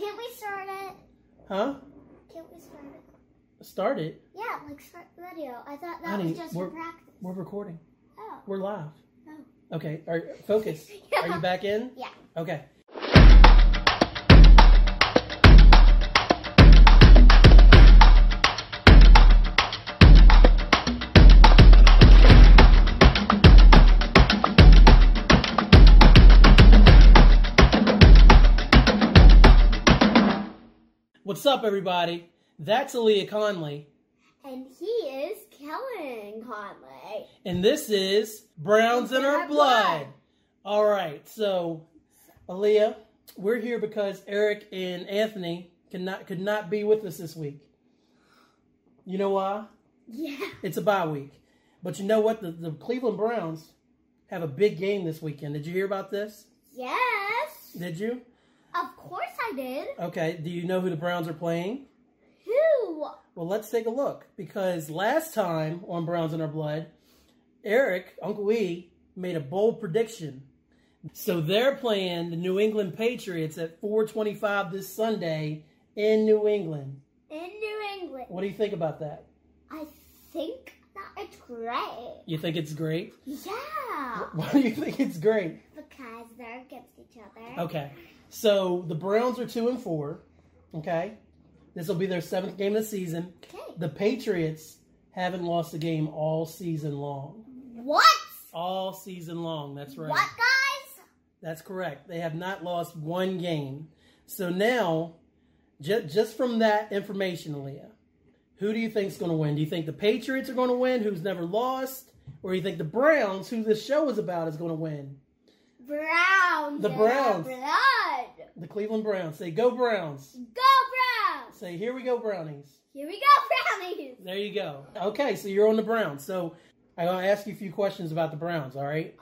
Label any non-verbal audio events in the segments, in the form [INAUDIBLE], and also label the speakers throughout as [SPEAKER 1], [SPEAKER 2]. [SPEAKER 1] we start it?
[SPEAKER 2] Huh?
[SPEAKER 1] Can't we start it?
[SPEAKER 2] Start it.
[SPEAKER 1] Yeah, like start the video. I thought that
[SPEAKER 2] Honey,
[SPEAKER 1] was just for
[SPEAKER 2] we're-
[SPEAKER 1] practice.
[SPEAKER 2] We're recording.
[SPEAKER 1] oh.
[SPEAKER 2] We're live.
[SPEAKER 1] Oh.
[SPEAKER 2] Okay. Are focus? Are you back in?
[SPEAKER 1] [LAUGHS] Yeah.
[SPEAKER 2] Okay. What's up, everybody? That's Aaliyah Conley,
[SPEAKER 1] And he is Kellen Conley.
[SPEAKER 2] and this is Browns in Our Blood. All right, so Aaliyah, we're here because Eric and Anthony could not could not be with us this week. You know why?
[SPEAKER 1] Yeah.
[SPEAKER 2] It's a bye week, but you know what? The, the Cleveland Browns have a big game this weekend. Did you hear about this?
[SPEAKER 1] Yes.
[SPEAKER 2] Did you?
[SPEAKER 1] Of course I did.
[SPEAKER 2] Okay. Do you know who the Browns are playing?
[SPEAKER 1] Who?
[SPEAKER 2] Well, let's take a look because last time on Browns in Our Blood, Eric, Uncle E, made a bold prediction. So they're playing the New England Patriots at 4:25 this Sunday in New England.
[SPEAKER 1] In New England.
[SPEAKER 2] What do you think about that?
[SPEAKER 1] I think that it's great.
[SPEAKER 2] You think it's [LAUGHS] great?
[SPEAKER 1] Yeah.
[SPEAKER 2] Why do you think it's great?
[SPEAKER 1] Because they're against each other.
[SPEAKER 2] Okay. So the Browns are 2 and 4, okay? This will be their 7th game of the season.
[SPEAKER 1] Okay.
[SPEAKER 2] The Patriots haven't lost a game all season long.
[SPEAKER 1] What?
[SPEAKER 2] All season long, that's right.
[SPEAKER 1] What, guys?
[SPEAKER 2] That's correct. They have not lost one game. So now, ju- just from that information, Leah, who do you think's going to win? Do you think the Patriots are going to win, who's never lost, or you think the Browns, who this show is about, is going to win?
[SPEAKER 1] Browns.
[SPEAKER 2] The
[SPEAKER 1] in our
[SPEAKER 2] Browns.
[SPEAKER 1] Blood.
[SPEAKER 2] The Cleveland Browns. Say go Browns.
[SPEAKER 1] Go Browns!
[SPEAKER 2] Say here we go Brownies.
[SPEAKER 1] Here we go, Brownies!
[SPEAKER 2] There you go. Okay, so you're on the Browns. So I'm going to ask you a few questions about the Browns. All right.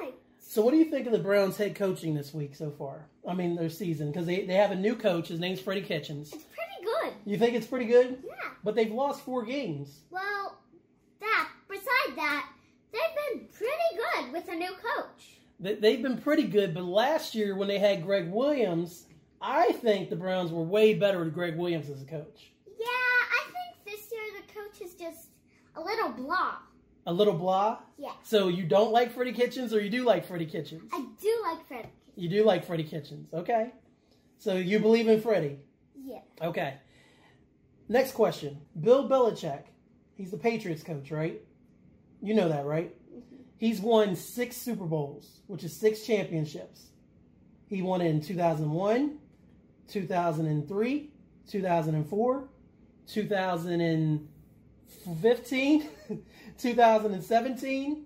[SPEAKER 1] Alright.
[SPEAKER 2] So what do you think of the Browns head coaching this week so far? I mean their season because they they have a new coach. His name's Freddie Kitchens.
[SPEAKER 1] It's pretty good.
[SPEAKER 2] You think it's pretty good?
[SPEAKER 1] Yeah.
[SPEAKER 2] But they've lost four games.
[SPEAKER 1] Well, that, beside that, they've been pretty good with a new coach.
[SPEAKER 2] They- They've been pretty good, but last year when they had Greg Williams, I think the Browns were way better with Greg Williams as a coach.
[SPEAKER 1] Yeah, I think this year the coach is just a little blah.
[SPEAKER 2] A little blah.
[SPEAKER 1] Yeah.
[SPEAKER 2] So you don't like Freddie Kitchens, or you do like Freddie Kitchens?
[SPEAKER 1] I do like Fred.
[SPEAKER 2] You do like Freddie Kitchens, okay? So you believe in Freddie,
[SPEAKER 1] Yeah.
[SPEAKER 2] okay? Next question: Bill Belichick, he's the Patriots coach, right? You know that, right? He's won six Super Bowls, which is six championships. He won it in 2001, 2003, 2004, 2015, [LAUGHS] 2017,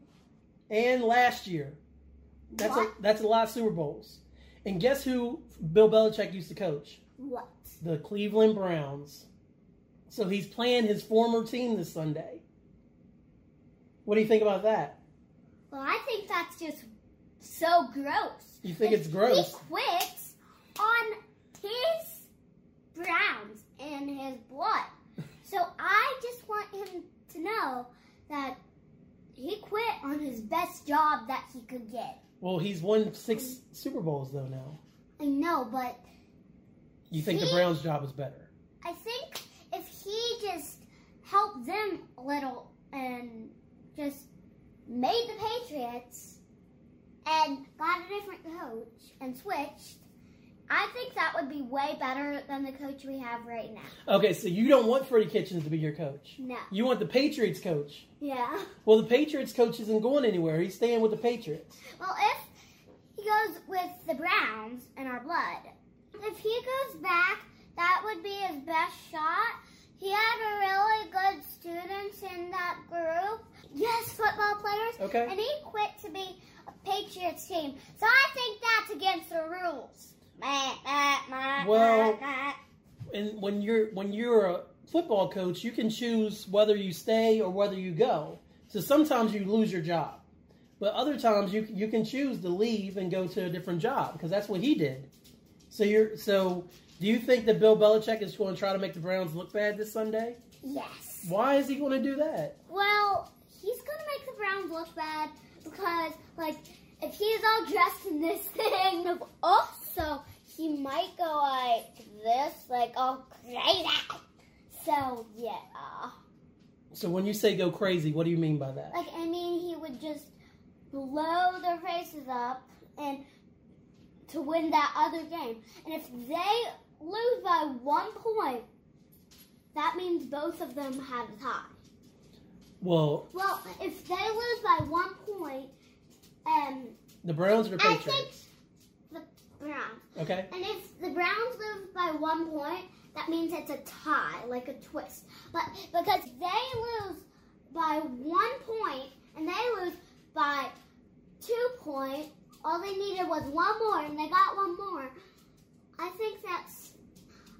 [SPEAKER 2] and last year. That's a,
[SPEAKER 1] What?
[SPEAKER 2] that's a lot of Super Bowls. And guess who Bill Belichick used to coach?
[SPEAKER 1] What?
[SPEAKER 2] The Cleveland Browns. So he's playing his former team this Sunday. What do you think about that?
[SPEAKER 1] Well, I think that's just so gross.
[SPEAKER 2] You think
[SPEAKER 1] If
[SPEAKER 2] it's gross?
[SPEAKER 1] He quits on his Browns and his
[SPEAKER 2] [LAUGHS]
[SPEAKER 1] blood. So I just want him to know that he quit on his best job that he could get.
[SPEAKER 2] Well, he's won six Super Bowls though now.
[SPEAKER 1] I know, but
[SPEAKER 2] You think the
[SPEAKER 1] See?
[SPEAKER 2] Browns' job is better?
[SPEAKER 1] I think if he just helped them a little and just made the Patriots and got a different coach and switched, I think that would be way better than the coach we have right now.
[SPEAKER 2] Okay, so you don't want Freddie Kitchens to be your coach.
[SPEAKER 1] No.
[SPEAKER 2] You want the Patriots coach.
[SPEAKER 1] Yeah.
[SPEAKER 2] Well, the Patriots coach isn't going anywhere. He's staying with the Patriots.
[SPEAKER 1] Well, if he goes with the Browns and our blood, if he goes back, that would be his best shot. He had a really good students in that group. Yes, football players.
[SPEAKER 2] Okay.
[SPEAKER 1] And he quit to be a Patriots team. So I think that's against the rules.
[SPEAKER 2] Well- And when you're when you're a football coach, you can choose whether you stay or whether you go. So sometimes you lose your job, but other times you you can choose to leave and go to a different job because that's what he did. So you're so. Do you think that Bill Belichick is going to try to make the Browns look bad this Sunday?
[SPEAKER 1] yes.
[SPEAKER 2] Why is he going to do that?
[SPEAKER 1] Well, he's gonna make the Browns look bad because, like, if [LAUGHS] he's all dressed in this thing, also he might go like this like all crazy. So yeah.
[SPEAKER 2] So when you say go crazy, what do you mean by that?
[SPEAKER 1] Like I mean, he would just blow their faces up and to win that other game. And if they lose by one point, that means both of them had a tie.
[SPEAKER 2] Well,
[SPEAKER 1] Well, if they lose by one point, um,
[SPEAKER 2] the Browns or the
[SPEAKER 1] I think
[SPEAKER 2] Patriots?
[SPEAKER 1] the Browns.
[SPEAKER 2] Okay.
[SPEAKER 1] And if the Browns lose by one point, that means it's a tie, like a twist. But because they lose by one point and they lose by two point, all they needed was one more, and they got one more. I think that's,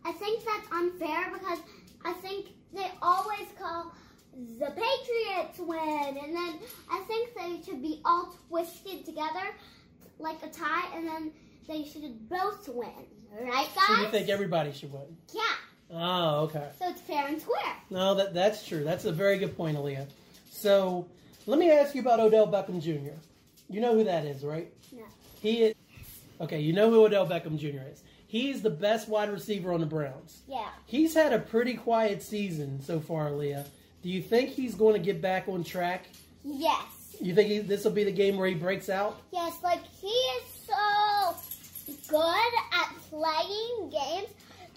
[SPEAKER 1] I think that's unfair because I think they always call the Patriots win, and then I think they should be all twisted together, like a tie, and then they should both win, right, guys?
[SPEAKER 2] So you think everybody should win?
[SPEAKER 1] yeah.
[SPEAKER 2] Oh, okay.
[SPEAKER 1] So it's fair and square.
[SPEAKER 2] No, that that's true. That's a very good point, Aaliyah. So let me ask you about Odell Beckham Jr. You know who that is, right?
[SPEAKER 1] No.
[SPEAKER 2] He is, okay. You know who Odell Beckham Jr. is. He's the best wide receiver on the Browns.
[SPEAKER 1] Yeah.
[SPEAKER 2] He's had a pretty quiet season so far, Aaliyah. Do you think he's going to get back on track?
[SPEAKER 1] Yes.
[SPEAKER 2] You think he, this will be the game where he breaks out?
[SPEAKER 1] Yes, like he is so good at playing games.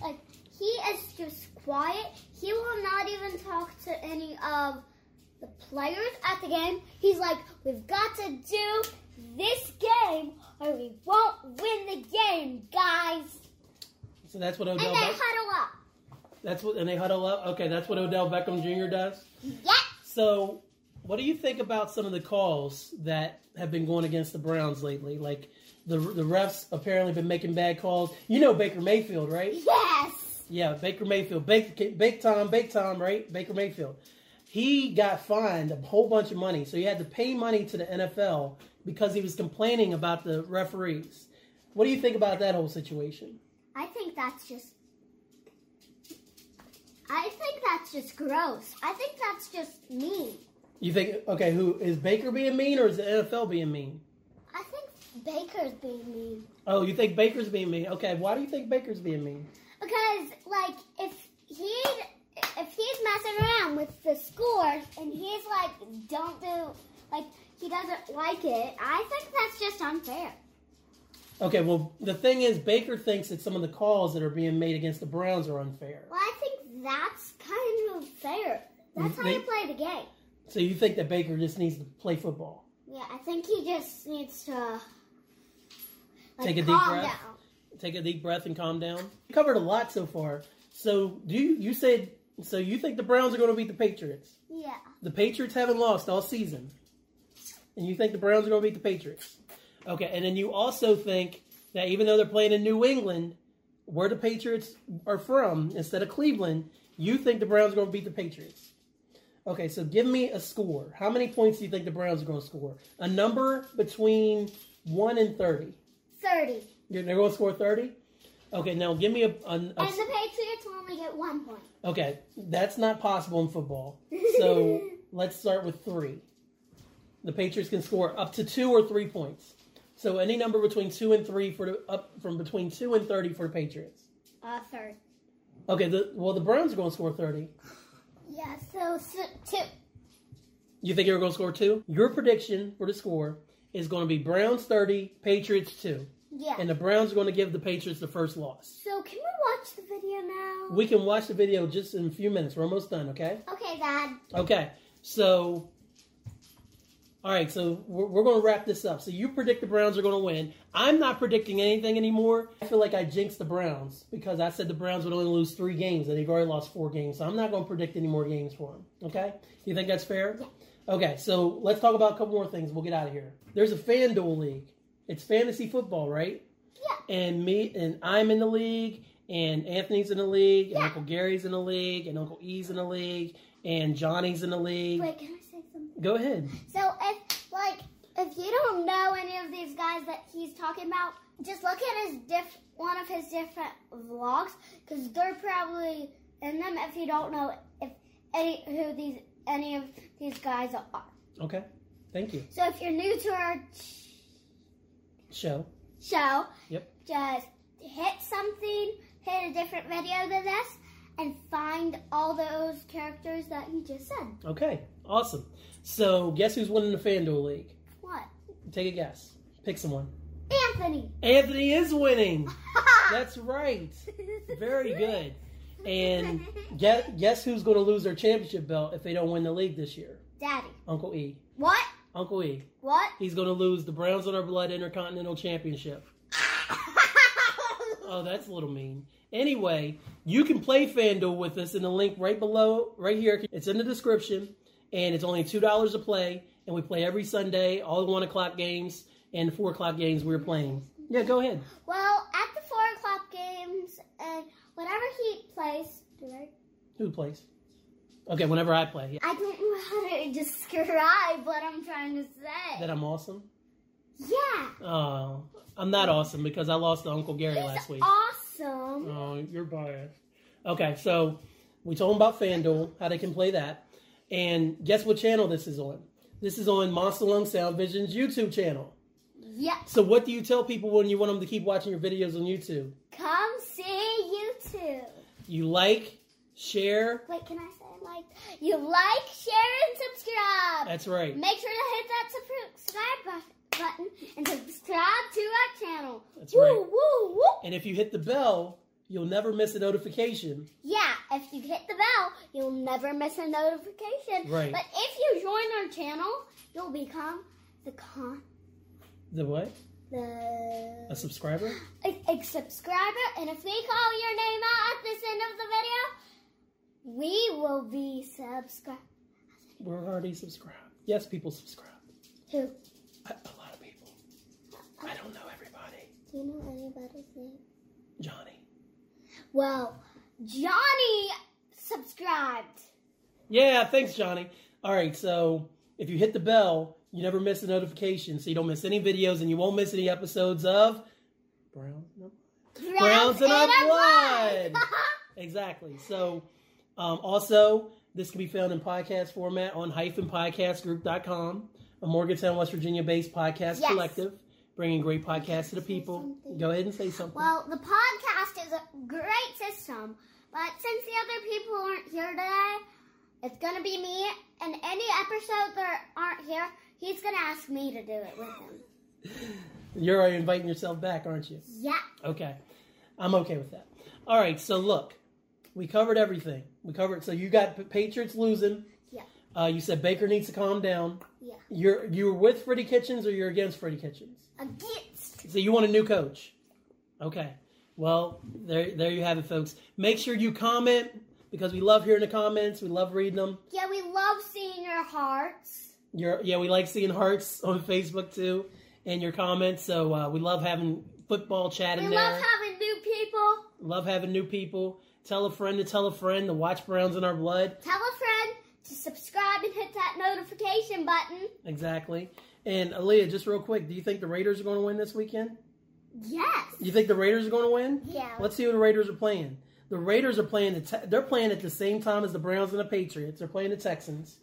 [SPEAKER 1] Like he is just quiet. He will not even talk to any of the players at the game. He's like, we've got to do this game or we won't win the game, guys.
[SPEAKER 2] So that's what
[SPEAKER 1] And
[SPEAKER 2] Odell.
[SPEAKER 1] they
[SPEAKER 2] Beck-
[SPEAKER 1] huddle up.
[SPEAKER 2] that's what and they huddle up. Okay, that's what Odell Beckham Jr. does.
[SPEAKER 1] Yes.
[SPEAKER 2] So, what do you think about some of the calls that have been going against the Browns lately? Like the the refs apparently been making bad calls. You know Baker Mayfield, right?
[SPEAKER 1] Yes.
[SPEAKER 2] Yeah, Baker Mayfield, Bake Bake Tom, Bake Tom, right? Baker Mayfield. He got fined a whole bunch of money, so he had to pay money to the NFL because he was complaining about the referees. What do you think about that whole situation?
[SPEAKER 1] I think that's just. I think that's just gross. I think that's just mean.
[SPEAKER 2] You think okay, who is Baker being mean or is the NFL being mean?
[SPEAKER 1] I think Baker's being mean
[SPEAKER 2] Oh, you think Baker's being mean? Okay, why do you think Baker's being mean?
[SPEAKER 1] because, like, if he if he's messing around with the scores and he's like, don't do like he doesn't like it. I think that's just unfair.
[SPEAKER 2] Okay, well, the thing is, Baker thinks that some of the calls that are being made against the Browns are unfair.
[SPEAKER 1] Well, I think that's kind of fair. That's how you
[SPEAKER 2] They-
[SPEAKER 1] play the game.
[SPEAKER 2] So you think that Baker just needs to play football?
[SPEAKER 1] Yeah, I think he just needs to like,
[SPEAKER 2] Take a deep
[SPEAKER 1] calm
[SPEAKER 2] breath.
[SPEAKER 1] down.
[SPEAKER 2] Take a deep breath and calm down. We covered a lot so far. So do you, you said so you think the Browns are going to beat the Patriots?
[SPEAKER 1] Yeah.
[SPEAKER 2] The Patriots haven't lost all season, and you think the Browns are going to beat the Patriots? Okay, and then you also think that even though they're playing in New England, where the Patriots are from, instead of Cleveland, you think the Browns are going to beat the Patriots. Okay, so give me a score. How many points do you think the Browns are going to score? A number between 1 and 30.
[SPEAKER 1] 30.
[SPEAKER 2] They're going to score 30? Okay, now give me a. a- a-
[SPEAKER 1] And the Patriots will only get one point.
[SPEAKER 2] okay, that's not possible in football. So let's start with three. The Patriots can score up to two or three points. So any number between two and three for the, up from between two and thirty for the Patriots.
[SPEAKER 1] Uh, third.
[SPEAKER 2] Okay, the, well the Browns are going to score thirty.
[SPEAKER 1] Yeah, so, so two.
[SPEAKER 2] You think you're going to score two? Your prediction for the score is going to be Browns thirty, Patriots two,
[SPEAKER 1] Yeah.
[SPEAKER 2] and the Browns are going to give the Patriots the first loss.
[SPEAKER 1] so can we watch the video now?
[SPEAKER 2] We can watch the video just in a few minutes. We're almost done. Okay.
[SPEAKER 1] okay, Dad.
[SPEAKER 2] Okay, so. All right, so we're, we're going to wrap this up. So you predict the Browns are going to win. I'm not predicting anything anymore. I feel like I jinxed the Browns because I said the Browns would only lose three games, and they've already lost four games. So I'm not going to predict any more games for them. Okay? You think that's fair? Okay, so let's talk about a couple more things. We'll get out of here. There's a FanDuel league. It's fantasy football, right?
[SPEAKER 1] Yeah.
[SPEAKER 2] and me and I'm in the league, and Anthony's in the league, and
[SPEAKER 1] Yeah.
[SPEAKER 2] Uncle Gary's in the league, and Uncle E's in the league, and Johnny's in the league.
[SPEAKER 1] Wait, can I say something?
[SPEAKER 2] Go ahead.
[SPEAKER 1] So if like if you don't know any of these guys that he's talking about, just look at his diff one of his different vlogs because they're probably in them. If you don't know if any who these any of these guys are,
[SPEAKER 2] Okay, thank you.
[SPEAKER 1] so if you're new to our
[SPEAKER 2] Show.
[SPEAKER 1] show.
[SPEAKER 2] Yep.
[SPEAKER 1] Just hit something hit a different video than this and find all those characters that you just said.
[SPEAKER 2] Okay, awesome. So guess who's winning the FanDuel League?
[SPEAKER 1] What?
[SPEAKER 2] Take a guess. Pick someone.
[SPEAKER 1] Anthony.
[SPEAKER 2] Anthony is winning. That's right. Very good. And guess, guess who's going to lose their championship belt if they don't win the league this year?
[SPEAKER 1] [LAUGHS] Daddy.
[SPEAKER 2] Uncle E.
[SPEAKER 1] What?
[SPEAKER 2] Uncle E.
[SPEAKER 1] What? [LAUGHS]
[SPEAKER 2] He's going to lose the Browns on our blood Intercontinental Championship. Oh, that's a little mean. Anyway, you can play FanDuel with us in the link right below, right here. It's in the description, and it's only two dollars to play. And we play every Sunday, all the one o'clock games and the four o'clock games we we're playing. Yeah, go ahead.
[SPEAKER 1] well, at the four o'clock games and whatever he plays, right?
[SPEAKER 2] Who plays? Okay, whenever I play, yeah.
[SPEAKER 1] I don't know how to describe what I'm trying to say.
[SPEAKER 2] that I'm awesome.
[SPEAKER 1] yeah,
[SPEAKER 2] Oh, I'm not awesome because I lost to Uncle Gary
[SPEAKER 1] he's
[SPEAKER 2] last week.
[SPEAKER 1] awesome.
[SPEAKER 2] Oh, you're biased. Okay, so we told them about FanDuel, how they can play that. And guess what channel this is on? This is on Monster Lung Sound Vision's YouTube channel.
[SPEAKER 1] Yeah,
[SPEAKER 2] So what do you tell people when you want them to keep watching your videos on YouTube?
[SPEAKER 1] come see you too.
[SPEAKER 2] You like, share.
[SPEAKER 1] Wait, can I say like you like, share, and subscribe?
[SPEAKER 2] That's right.
[SPEAKER 1] Make sure to hit that subscribe bu- button and subscribe to our channel.
[SPEAKER 2] That's
[SPEAKER 1] woo,
[SPEAKER 2] right.
[SPEAKER 1] woo, woo.
[SPEAKER 2] And if you hit the bell, you'll never miss a notification.
[SPEAKER 1] Yeah, if you hit the bell, you'll never miss a notification.
[SPEAKER 2] Right.
[SPEAKER 1] But if you join our channel, you'll become the con
[SPEAKER 2] The what?
[SPEAKER 1] the
[SPEAKER 2] A subscriber?
[SPEAKER 1] a, a subscriber, and if we call your name out at this end of the video, we will be subscribed.
[SPEAKER 2] We're already subscribed. Yes, people subscribe.
[SPEAKER 1] Who?
[SPEAKER 2] A, a lot of people. I don't know everybody.
[SPEAKER 1] Do you know anybody's name?
[SPEAKER 2] Johnny.
[SPEAKER 1] Well, Johnny subscribed.
[SPEAKER 2] Yeah, thanks, Johnny. All right, so if you hit the bell, you never miss a notification, so you don't miss any videos and you won't miss any episodes of Brown. No. Browns and a blood. Exactly. So, um, also, this can be found in podcast format on hyphenpodcastgroup.com, a Morgantown, West Virginia based podcast
[SPEAKER 1] Yes.
[SPEAKER 2] collective, bringing great podcasts to the people.
[SPEAKER 1] something?
[SPEAKER 2] Go ahead and say
[SPEAKER 1] [LAUGHS]
[SPEAKER 2] something.
[SPEAKER 1] well, the podcast is a great system, but since the other people aren't here today, it's gonna be me. And any episode that aren't here, he's gonna ask me to do it with him.
[SPEAKER 2] You're already inviting yourself back, aren't you?
[SPEAKER 1] Yeah.
[SPEAKER 2] Okay. I'm okay with that. All right, so look, we covered everything. We covered so you got P- Patriots losing.
[SPEAKER 1] Yeah.
[SPEAKER 2] Uh, you said Baker needs to calm down.
[SPEAKER 1] Yeah.
[SPEAKER 2] You're you're with Freddie Kitchens or you're against Freddie Kitchens?
[SPEAKER 1] Against.
[SPEAKER 2] So you want a new coach? Okay. Well, there there you have it, folks. Make sure you comment because we love hearing the comments. We love reading them.
[SPEAKER 1] Yeah, we love seeing your hearts.
[SPEAKER 2] Your yeah, we like seeing hearts [LAUGHS] on Facebook too, and your comments. So uh, we love having football chat in
[SPEAKER 1] We
[SPEAKER 2] there.
[SPEAKER 1] love having new people.
[SPEAKER 2] Love having new people. Tell a friend to tell a friend to watch Browns in our blood.
[SPEAKER 1] Tell a friend to subscribe and hit that notification button.
[SPEAKER 2] Exactly. And Aaliyah, just real quick, do you think the Raiders are going to win this weekend?
[SPEAKER 1] Yes.
[SPEAKER 2] You think the Raiders are going to win?
[SPEAKER 1] Yeah.
[SPEAKER 2] Let's see who the Raiders are playing. The Raiders are playing. The te- they're playing at the same time as the Browns and the Patriots. They're playing the Texans.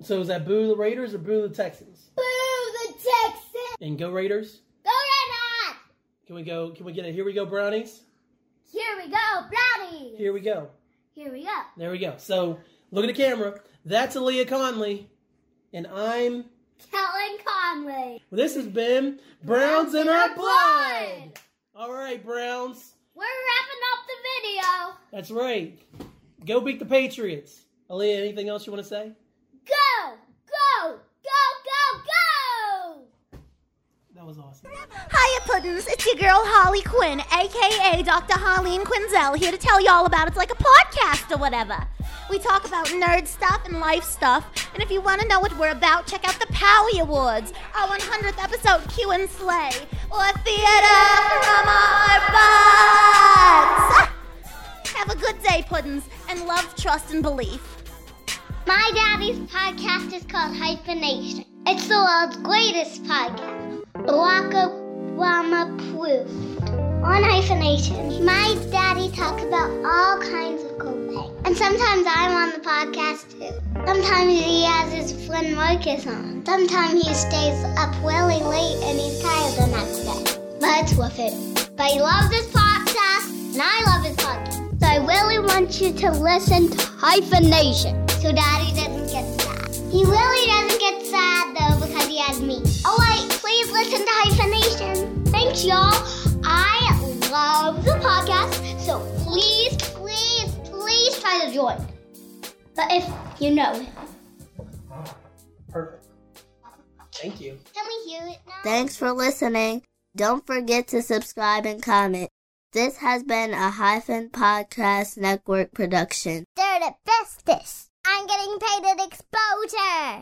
[SPEAKER 2] So is that boo the Raiders or boo the Texans?
[SPEAKER 1] Boo the Texans.
[SPEAKER 2] And go Raiders.
[SPEAKER 1] Go Red Hot.
[SPEAKER 2] Can we go? Can we get a here we go Brownies?
[SPEAKER 1] Here we go, Brownie.
[SPEAKER 2] Here we go.
[SPEAKER 1] Here we go.
[SPEAKER 2] There we go. So look at the camera. That's Aaliyah Conley, and I'm
[SPEAKER 1] Kellen Conley.
[SPEAKER 2] Well, this has been Browns in Our Blood. All right, Browns.
[SPEAKER 1] We're wrapping up the video.
[SPEAKER 2] That's right. Go beat the Patriots. Aaliyah, anything else you want to say?
[SPEAKER 1] Go, go, go, go, go.
[SPEAKER 2] That was awesome.
[SPEAKER 3] Hiya, Puddins. It's your girl Holly Quinn, aka Dr. Holly and Quinzel, here to tell y'all about it's like a podcast or whatever. We talk about nerd stuff and life stuff, and if you want to know what we're about, check out the Powie Awards, our 100th episode, Q and Slay, or Theater from Our Butts. [LAUGHS] Have a good day, Puddins, and love, trust, and belief.
[SPEAKER 1] My daddy's podcast is called Hyphenation. It's the world's greatest podcast. Barack Obama proof on hyphenation. My daddy talks about all kinds of cool things. And sometimes I'm on the podcast too. Sometimes he has his friend Marcus on. Sometimes he stays up really late and he's tired the next day. But it's worth it. But I love this podcast. Sass, and I love his podcast. So I really want you to listen to Hyphenation, so Daddy doesn't get sad. He really doesn't get sad though because he has me. Oh wait, please listen to Hyphenation. Thanks, y'all. I love the podcast, so please, please, please try to join. But if you know him.
[SPEAKER 2] Perfect. Thank you.
[SPEAKER 1] Can we hear it now?
[SPEAKER 4] Thanks for listening. Don't forget to subscribe and comment. This has been a hyphen podcast network production.
[SPEAKER 1] They're the bestest. I'm getting paid at exposure.